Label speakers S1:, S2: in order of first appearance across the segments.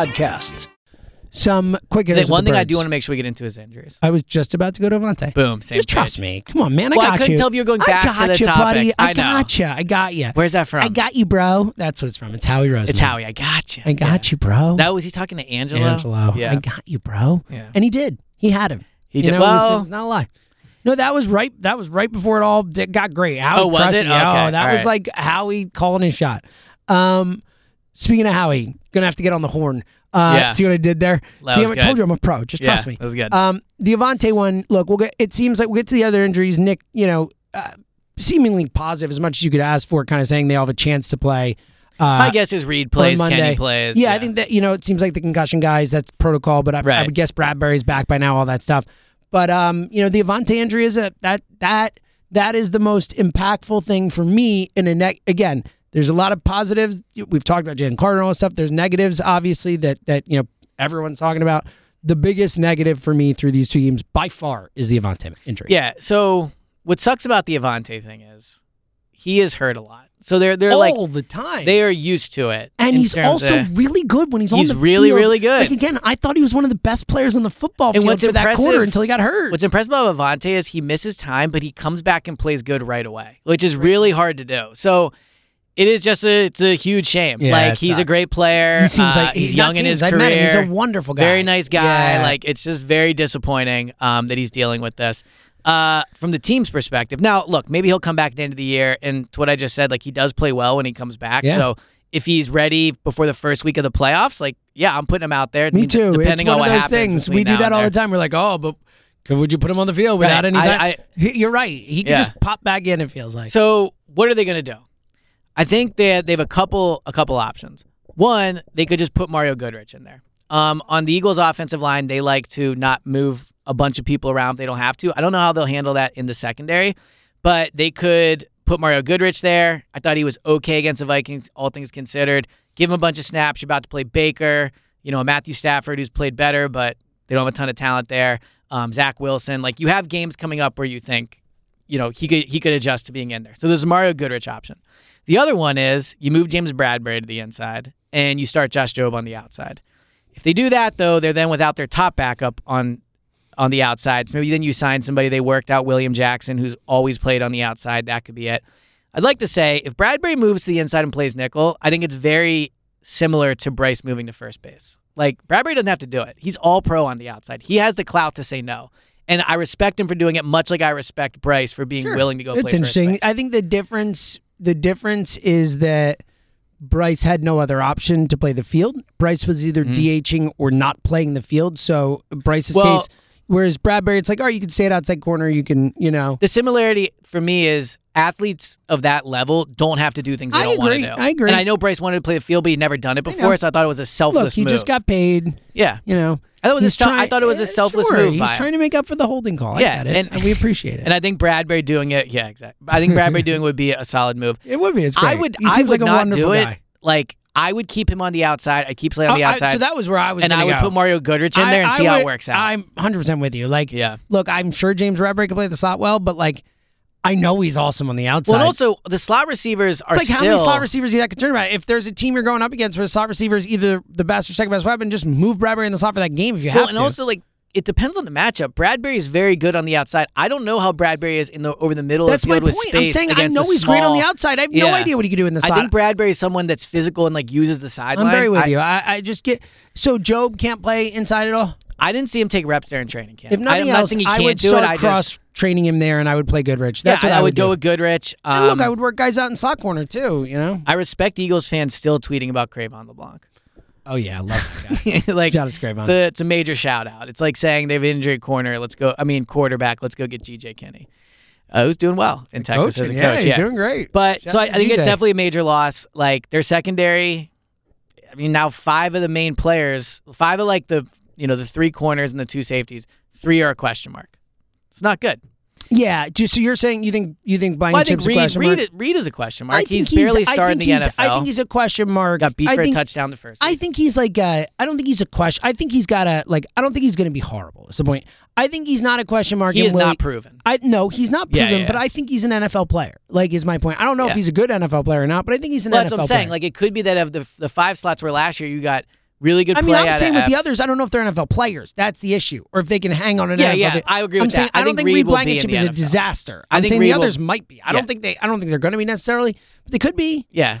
S1: podcasts.
S2: Some quick hitters.
S3: The one
S2: with the
S3: thing I
S2: birds.
S3: do want to make sure we get into is injuries.
S2: I was just about to go to Avante.
S3: Boom, same
S2: Just trust
S3: page.
S2: me. Come on, man. I
S3: Well, I
S2: got
S3: couldn't
S2: you.
S3: tell if you were going back
S2: I got
S3: to the
S2: you,
S3: topic.
S2: buddy. I,
S3: I know.
S2: got you. I got you.
S3: Where's that from?
S2: I got you, bro. That's what it's from. It's Howie Roseman.
S3: It's Howie. I got you.
S2: I got
S3: Yeah.
S2: you, bro.
S3: That was he talking to Angelo.
S2: Angelo.
S3: Yeah.
S2: I got you, bro.
S3: Yeah.
S2: And he did. He had him.
S3: He
S2: You
S3: did-
S2: know, it was-
S3: well-
S2: it's not a lie. No, that was right. That was right before it all di- got great. Howie
S3: Oh, was
S2: crushed
S3: it?
S2: Oh,
S3: Okay,
S2: that
S3: all
S2: was
S3: right.
S2: like Howie calling his shot. Um, speaking of Howie, gonna have to get on the horn. Uh,
S3: Yeah.
S2: See what I did there?
S3: That
S2: see,
S3: was
S2: I
S3: good.
S2: told you I'm a pro. Just trust
S3: Yeah,
S2: me.
S3: That was good.
S2: Um, the Avante one, look, we'll get. It seems like we'll get to the other injuries. Nick, you know, uh, seemingly positive as much as you could ask for, kind of saying they all have a chance to play. Uh,
S3: My guess is Reed plays.
S2: on Monday.
S3: Kenny plays.
S2: yeah, I think that you know it seems like the concussion guys that's protocol, but I, I
S3: Right.
S2: would guess Bradbury's back by now, all that stuff. But um, you know, the Avante injury is a that that that is the most impactful thing for me in a neck. Again, there's a lot of positives. We've talked about Jan Carter and all that stuff. There's negatives, obviously, that that you know everyone's talking about. The biggest negative for me through these two games by far is the Avante injury.
S3: Yeah. So what sucks about the Avante thing is he is hurt a lot. So they're they're
S2: all
S3: like
S2: the time.
S3: they are used to it.
S2: Oh, and
S3: in
S2: he's
S3: terms
S2: also
S3: of-
S2: really good when he's, on
S3: He's
S2: the
S3: really,
S2: field.
S3: really good.
S2: Like again, I thought he was one of the best players on the football field
S3: what's
S2: for that
S3: impressive-
S2: quarter until he got hurt.
S3: What's impressive about Avante is he misses time, but he comes back and plays good right away, which is really hard to do. So it is just a it's a huge shame.
S2: Yeah,
S3: like
S2: it
S3: he's
S2: sucks.
S3: a great player.
S2: he seems
S3: Uh,
S2: like
S3: he's
S2: not
S3: young in
S2: seems,
S3: his
S2: I
S3: career.
S2: Met him. He's a wonderful guy.
S3: Very nice guy.
S2: Yeah.
S3: Like it's just very disappointing um, that he's dealing with this. Uh, from the team's perspective, now look, maybe he'll come back at the end of the year. And to what I just said, like he does play well when he comes back.
S2: Yeah.
S3: So if he's ready before the first week of the playoffs, like yeah, I'm putting him out there.
S2: me
S3: d-
S2: too.
S3: Depending
S2: it's one
S3: on
S2: of
S3: what
S2: those
S3: happens
S2: things.
S3: between
S2: We do
S3: now
S2: that
S3: and
S2: all the
S3: there.
S2: time. We're like, oh, but could, would you put him on the field without
S3: Right.
S2: any?
S3: I-
S2: time?
S3: I-
S2: He- you're right. He can
S3: Yeah.
S2: just pop back in. It feels like.
S3: So what are they going to do? I think they they have a couple a couple options. One, they could just put Mario Goodrich in there. Um, on the Eagles' offensive line, they like to not move a bunch of people around if they don't have to. I don't know how they'll handle that in the secondary, but they could put Mario Goodrich there. I thought he was okay against the Vikings, all things considered. Give him a bunch of snaps. You're about to play Baker, you know, Matthew Stafford, who's played better, but they don't have a ton of talent there. Um, Zach Wilson, like you have games coming up where you think you know, he could he could adjust to being in there. So there's a Mario Goodrich option. The other one is you move James Bradbury to the inside and you start Josh Job on the outside. If they do that though, they're then without their top backup on on the outside. So maybe then you sign somebody they worked out William Jackson who's always played on the outside. That could be it. I'd like to say if Bradbury moves to the inside and plays nickel, I think it's very similar to Bryce moving to first base. Like Bradbury doesn't have to do it. He's all pro on the outside. He has the clout to say no. And I respect him for doing it much like I respect Bryce for being willing to go
S2: it's
S3: play
S2: interesting.
S3: first base.
S2: I think the difference the difference is that Bryce had no other option to play the field. Bryce was either
S3: Mm-hmm.
S2: DHing or not playing the field. So Bryce's
S3: Well-
S2: case, whereas Bradbury, it's like, oh, you can stay at outside corner. You can, you know.
S3: The similarity for me is athletes of that level don't have to do things they
S2: I
S3: don't want to
S2: agree.
S3: do.
S2: I agree.
S3: And I know Bryce wanted to play the field, but he'd never done it
S2: I know.
S3: before, so I thought it was a selfless
S2: Look, he
S3: move.
S2: just got paid.
S3: yeah.
S2: You know.
S3: I thought it was a
S2: He's
S3: sel- I
S2: try-
S3: thought it was a
S2: Yeah,
S3: selfless
S2: sure,
S3: move
S2: He's
S3: by him.
S2: trying to make up for the holding call. I
S3: Yeah,
S2: get it,
S3: and-
S2: we appreciate it.
S3: And I think Bradbury doing it, yeah, exactly. I think Bradbury doing it would be a solid move.
S2: it would be. It's great.
S3: I would.
S2: He seems
S3: I would
S2: like a
S3: not
S2: wonderful
S3: do it.
S2: guy.
S3: Like I would keep him on the outside. I keep playing on the
S2: Oh, I-
S3: outside,
S2: so that was where I was.
S3: and I
S2: gonna
S3: would
S2: go.
S3: put Mario Goodrich in there and
S2: I- I
S3: see how
S2: would-
S3: it works out.
S2: I'm 100% with you. Like,
S3: Yeah.
S2: look, I'm sure James Bradbury can play the slot well, but like, I know he's awesome on the outside.
S3: well, and also the slot receivers are
S2: it's like
S3: still
S2: how many slot receivers are you that concerned about? If there's a team you're going up against where the slot receivers either the best or second best weapon, just move Bradbury in the slot for that game if you
S3: Well,
S2: have
S3: and
S2: to.
S3: also like it depends on the matchup. Bradbury is very good on the outside. I don't know how Bradbury is in the over the middle
S2: That's
S3: of the
S2: my
S3: field
S2: point.
S3: with
S2: I'm
S3: space
S2: saying I
S3: against
S2: know
S3: a
S2: he's great on the
S3: small-
S2: outside. I have no
S3: Yeah.
S2: idea what he can do in the
S3: I
S2: slot.
S3: think Bradbury is someone that's physical and like uses the sideline.
S2: I'm very with
S3: I,
S2: you. I, I just get so Job can't play inside at all.
S3: I didn't see him take reps there in training camp.
S2: If nothing
S3: I'm not
S2: else,
S3: saying he
S2: I
S3: can't
S2: would
S3: do
S2: start
S3: it. I
S2: cross
S3: just
S2: training him there, and I would play Goodrich. That's
S3: yeah,
S2: what
S3: I,
S2: I,
S3: would,
S2: do.
S3: go with Goodrich. Um,
S2: And look, I would work guys out in slot corner too. You know.
S3: I respect Eagles fans still tweeting about Cravon LeBlanc.
S2: Oh yeah, I love that guy.
S3: like
S2: Shout out to Cravon.
S3: It's a, it's a major shout out. It's like saying they've injured corner. Let's go. I mean quarterback. Let's go get GJ Kenny, uh, who's doing well in Texas as a
S2: Coaching,
S3: coach.
S2: yeah, he's doing great.
S3: But
S2: Shout
S3: so
S2: out
S3: I, I
S2: to
S3: think it's
S2: GJ.
S3: definitely a major loss. Like their secondary. I mean, now five of the main players, five of like the you know the three corners and the two safeties, three are a question mark. It's not good.
S2: yeah, just, so you're saying you think you think buying
S3: Well, I think
S2: chips
S3: Reed,
S2: a question mark?
S3: Reed, Reed is a question
S2: I
S3: mark.
S2: think
S3: He's, barely
S2: I
S3: starting
S2: think
S3: the
S2: he's-
S3: NFL.
S2: I think he's a question mark.
S3: got beat
S2: I
S3: for
S2: think,
S3: a touchdown the first.
S2: I
S3: week.
S2: think he's like I I don't think he's a question. I think he's got a like. I don't think he's going to be horrible. Is the point? I think he's not a question mark.
S3: he
S2: and
S3: is
S2: will
S3: not proven.
S2: I no, he's not
S3: Yeah,
S2: proven,
S3: yeah,
S2: but
S3: yeah.
S2: I think he's an NFL player. Like is my point. I don't know if
S3: Yeah.
S2: he's a good NFL player or not, but I think he's an
S3: Well,
S2: NFL
S3: that's what I'm
S2: player.
S3: saying. Like it could be that of the the five slots where last year you got really good.
S2: I mean,
S3: play
S2: I'm
S3: out
S2: saying
S3: of
S2: with the
S3: Epps.
S2: others, I don't know if they're NFL players. That's the issue, or if they can hang on an
S3: Yeah,
S2: NFL.
S3: yeah,
S2: thing.
S3: I agree
S2: I'm
S3: with
S2: saying,
S3: that. I
S2: I don't think
S3: think
S2: Reed
S3: Reed will be
S2: Blankenship
S3: in the
S2: is a
S3: NFL.
S2: disaster.
S3: I
S2: I'm
S3: think
S2: saying
S3: Reed
S2: the
S3: will-
S2: others might be. I
S3: Yeah.
S2: don't think they. I don't think they're going to be necessarily, but they could be.
S3: Yeah,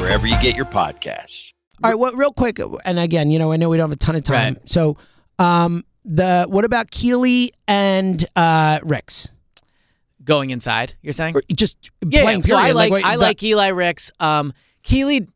S4: wherever you get your podcasts.
S2: All right, well, real quick, and again, you know, I know we don't have a ton of time, so um, the what about Keely and uh, Rex?
S3: going inside. You're saying?
S2: Or just
S3: yeah,
S2: playing.
S3: yeah. So I
S2: period.
S3: like,
S2: what-
S3: I
S2: but-
S3: like Eli Ricks. Um, Keely,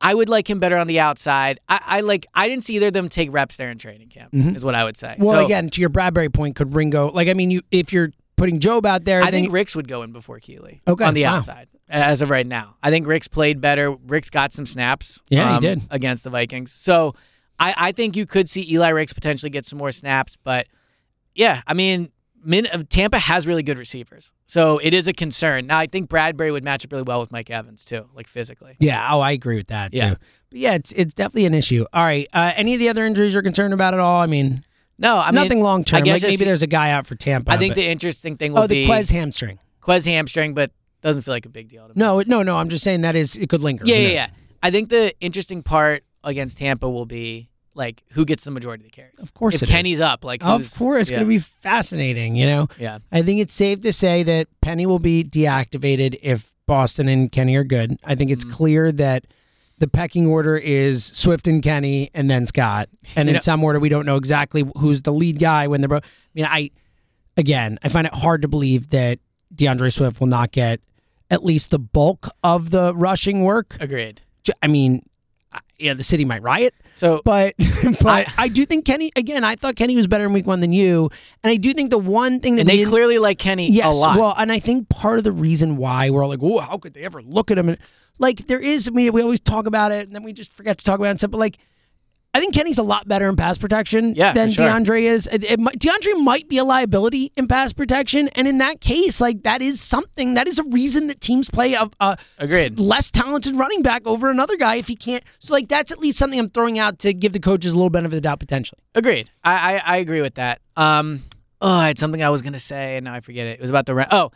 S3: I would like him better on the outside. I, I like I didn't see either of them take reps there in training camp.
S2: Mhm.
S3: Is what I would say.
S2: Well,
S3: So,
S2: again, to your Bradbury point, could Ringo like? I mean, you if you're putting Job out there,
S3: I
S2: then
S3: think
S2: you-
S3: Ricks would go in before Keely.
S2: Okay,
S3: on the
S2: wow.
S3: outside as of right now. I think Ricks played better. Ricks got some snaps. um,
S2: Yeah, he did.
S3: against the Vikings. So I, I think you could see Eli Ricks potentially get some more snaps, but yeah, I mean, Min, uh, Tampa has really good receivers, so it is a concern. Now I think Bradbury would match up really well with Mike Evans too, like physically.
S2: yeah. Oh, I agree with that
S3: Yeah.
S2: too. But yeah, it's it's definitely an issue. All right, uh, any of the other injuries you're concerned about at all? I mean,
S3: No, I mean
S2: nothing long term.
S3: I guess
S2: Like
S3: I
S2: maybe
S3: see-
S2: there's a guy out for Tampa.
S3: I think
S2: but-
S3: the interesting thing will
S2: oh the
S3: be
S2: Quez hamstring.
S3: Quez hamstring, but doesn't feel like a big deal. To me.
S2: No, no, no. I'm just saying that is it could linger.
S3: Yeah,
S2: Who
S3: yeah,
S2: knows?
S3: yeah. I think the interesting part against Tampa will be like who gets the majority of the carries.
S2: Of course
S3: if
S2: it is.
S3: Kenny's up, like
S2: Of
S3: who's-
S2: course, it's
S3: yeah,
S2: going to be fascinating. You know,
S3: yeah.
S2: I think it's safe to say that Penny will be deactivated if Boston and Kenny are good. I think
S3: Mm-hmm.
S2: it's clear that the pecking order is Swift and Kenny, and then Scott, and
S3: You
S2: in
S3: know-
S2: some order we don't know exactly who's the lead guy when they're. Bro- I mean, I again, I find it hard to believe that DeAndre Swift will not get at least the bulk of the rushing work.
S3: Agreed.
S2: J- I mean, I- yeah, the city might riot,
S3: So
S2: but but I, do think Kenny again. I thought Kenny was better in week one than you, and I do think the one thing that
S3: and
S2: we
S3: they
S2: didn't-
S3: clearly like Kenny
S2: yes,
S3: a lot.
S2: well, and I think part of the reason why we're all like, oh, how could they ever look at him? And, like there is, I mean, we always talk about it, and then we just forget to talk about it. And stuff, but like. I think Kenny's a lot better in pass protection
S3: Yeah, for
S2: than
S3: sure.
S2: DeAndre is. It- it might- DeAndre might be a liability in pass protection, and in that case, like that is something that is a reason that teams play a, a
S3: Agreed.
S2: s- less talented running back over another guy if he can't. So like that's at least something I'm throwing out to give the coaches a little benefit of the doubt potentially.
S3: Agreed. I, I I agree with that. Um, oh, I had something I was gonna say and now I forget it. It was about the rent. Oh,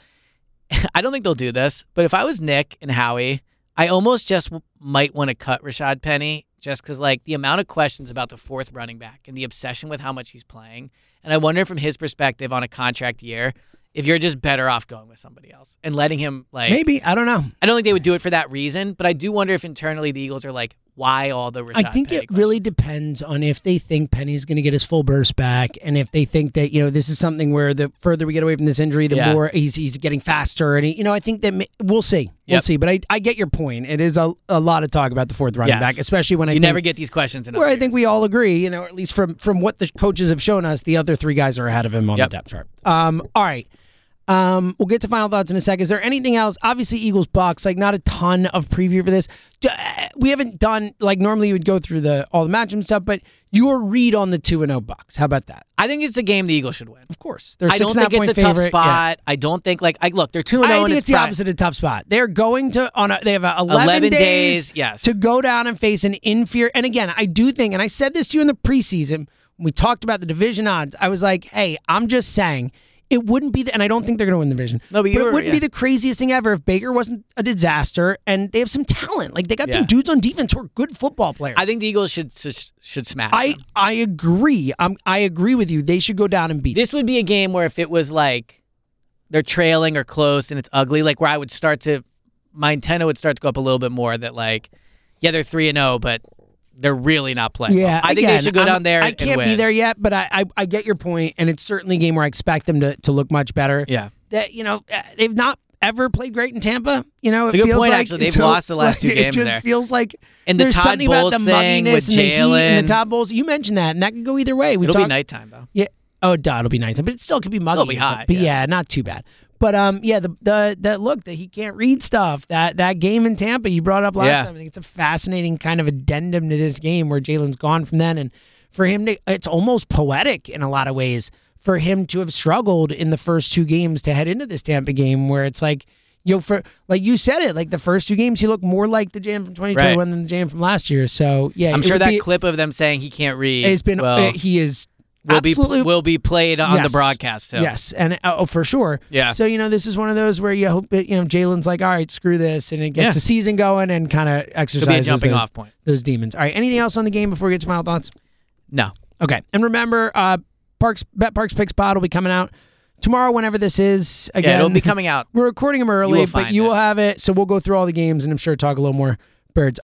S3: I don't think they'll do this, but if I was Nick and Howie, I almost just w- might want to cut Rashad Penny just because like the amount of questions about the fourth running back and the obsession with how much he's playing, and I wonder from his perspective on a contract year. If you're just better off going with somebody else and letting him like
S2: Maybe I don't know.
S3: I don't think they would do it for that reason, but I do wonder if internally the Eagles are like, why all the Rashad
S2: I think
S3: Penny
S2: it really depends on if they think Penny's going to get his full burst back, and if they think that you know this is something where the further we get away from this injury, the
S3: Yeah.
S2: more he's he's getting faster, and he, you know I think that ma- we'll see, we'll
S3: Yep.
S2: see. But I, I get your point. It is a, a lot of talk about the fourth running
S3: Yes.
S2: back, especially when I
S3: You
S2: think,
S3: never get these questions in other
S2: where I think
S3: years.
S2: we all agree, you know, or at least from from what the coaches have shown us, the other three guys are ahead of him on
S3: Yep.
S2: the depth chart. Um, all right. Um, we'll get to final thoughts in a sec. Is there anything else? Obviously, Eagles Bucks. Like, not a ton of preview for this. D- uh, We haven't done like normally. You would go through the all the matchup stuff, but your read on the two and zero Bucks. How about that?
S3: I think it's a game the Eagles should win.
S2: Of course, they're
S3: I
S2: six
S3: don't
S2: and a half
S3: think it's a
S2: point
S3: tough
S2: favorite. Yeah.
S3: spot. I don't think like I look. They're two and oh
S2: I
S3: zero.
S2: think
S3: and
S2: it's, the
S3: pri-
S2: opposite of tough spot. They're going to on a they have a 11,
S3: 11
S2: days,
S3: days, yes.
S2: to go down and face an inferior. And again, I do think, and I said this to you in the preseason when we talked about the division odds. I was like, hey, I'm just saying. It wouldn't be, the, and I don't think they're going to win the division.
S3: No, but you
S2: it
S3: were-
S2: wouldn't be
S3: yeah.
S2: the craziest thing ever if Baker wasn't a disaster, and they have some talent. Like they got some
S3: Yeah.
S2: dudes on defense who are good football players.
S3: I think the Eagles should should, should smash.
S2: I,
S3: them.
S2: I agree. I'm, I agree with you. They should go down and beat.
S3: This would be a game where if it was like they're trailing or close and it's ugly, like where I would start to my antenna would start to go up a little bit more. That like, yeah, they're three and zero, but they're really not playing. well.
S2: Yeah,
S3: I think
S2: again,
S3: they should go
S2: I'm-
S3: down there.
S2: I
S3: and
S2: can't be
S3: win.
S2: there yet, but I, I I get your point, and it's certainly a game where I expect them to, to look much better.
S3: Yeah.
S2: that you know uh, they've not ever played great in Tampa. You know,
S3: It's
S2: it
S3: a good
S2: feels
S3: point,
S2: like,
S3: actually. They've
S2: so,
S3: lost the last two
S2: like,
S3: games
S2: It just
S3: there.
S2: feels like
S3: And the
S2: there's
S3: Todd
S2: something
S3: Bowles
S2: about the
S3: thing
S2: mugginess
S3: with
S2: and the heat and
S3: Jalen.
S2: the Todd Bowles. You mentioned that, and that could go either way. We
S3: It'll be
S2: talked-
S3: nighttime though.
S2: Yeah. Oh, duh, it'll be nice, but it still could be muggy.
S3: be
S2: and stuff.
S3: hot,
S2: But
S3: yeah.
S2: yeah. not too bad. But um, yeah, the the that look that he can't read stuff. That that game in Tampa you brought up last
S3: Yeah.
S2: time. I think it's a fascinating kind of addendum to this game where Jalen's gone from then, and for him to it's almost poetic in a lot of ways for him to have struggled in the first two games to head into this Tampa game where it's like. You know, for like you said it, like the first two games, he looked more like the jam from 2021
S3: Right.
S2: than the jam from last year. So yeah,
S3: I'm
S2: it
S3: sure
S2: would
S3: that
S2: be-
S3: clip of them saying he can't read
S2: has been
S3: well,
S2: uh, he is
S3: will be
S2: absolutely
S3: will be played on the
S2: Yes.
S3: broadcast. Too.
S2: Yes, and oh, for sure.
S3: Yeah.
S2: So you know, this is one of those where you hope that you know Jalen's like, all right, screw this, and it gets
S3: Yeah.
S2: the season going and kind of
S3: it'll be a
S2: exercises
S3: jumping
S2: those,
S3: off point.
S2: those demons. All right, anything else on the game before we get to final thoughts?
S3: No,
S2: Okay, and remember, uh, Parks Bet Parks Picks Pod will be coming out tomorrow, whenever this is. Again,
S3: yeah, it'll be coming out.
S2: We're recording them early,
S3: will
S2: but
S3: find
S2: you
S3: it.
S2: will have it. So we'll go through all the games and I'm sure talk a little more birds.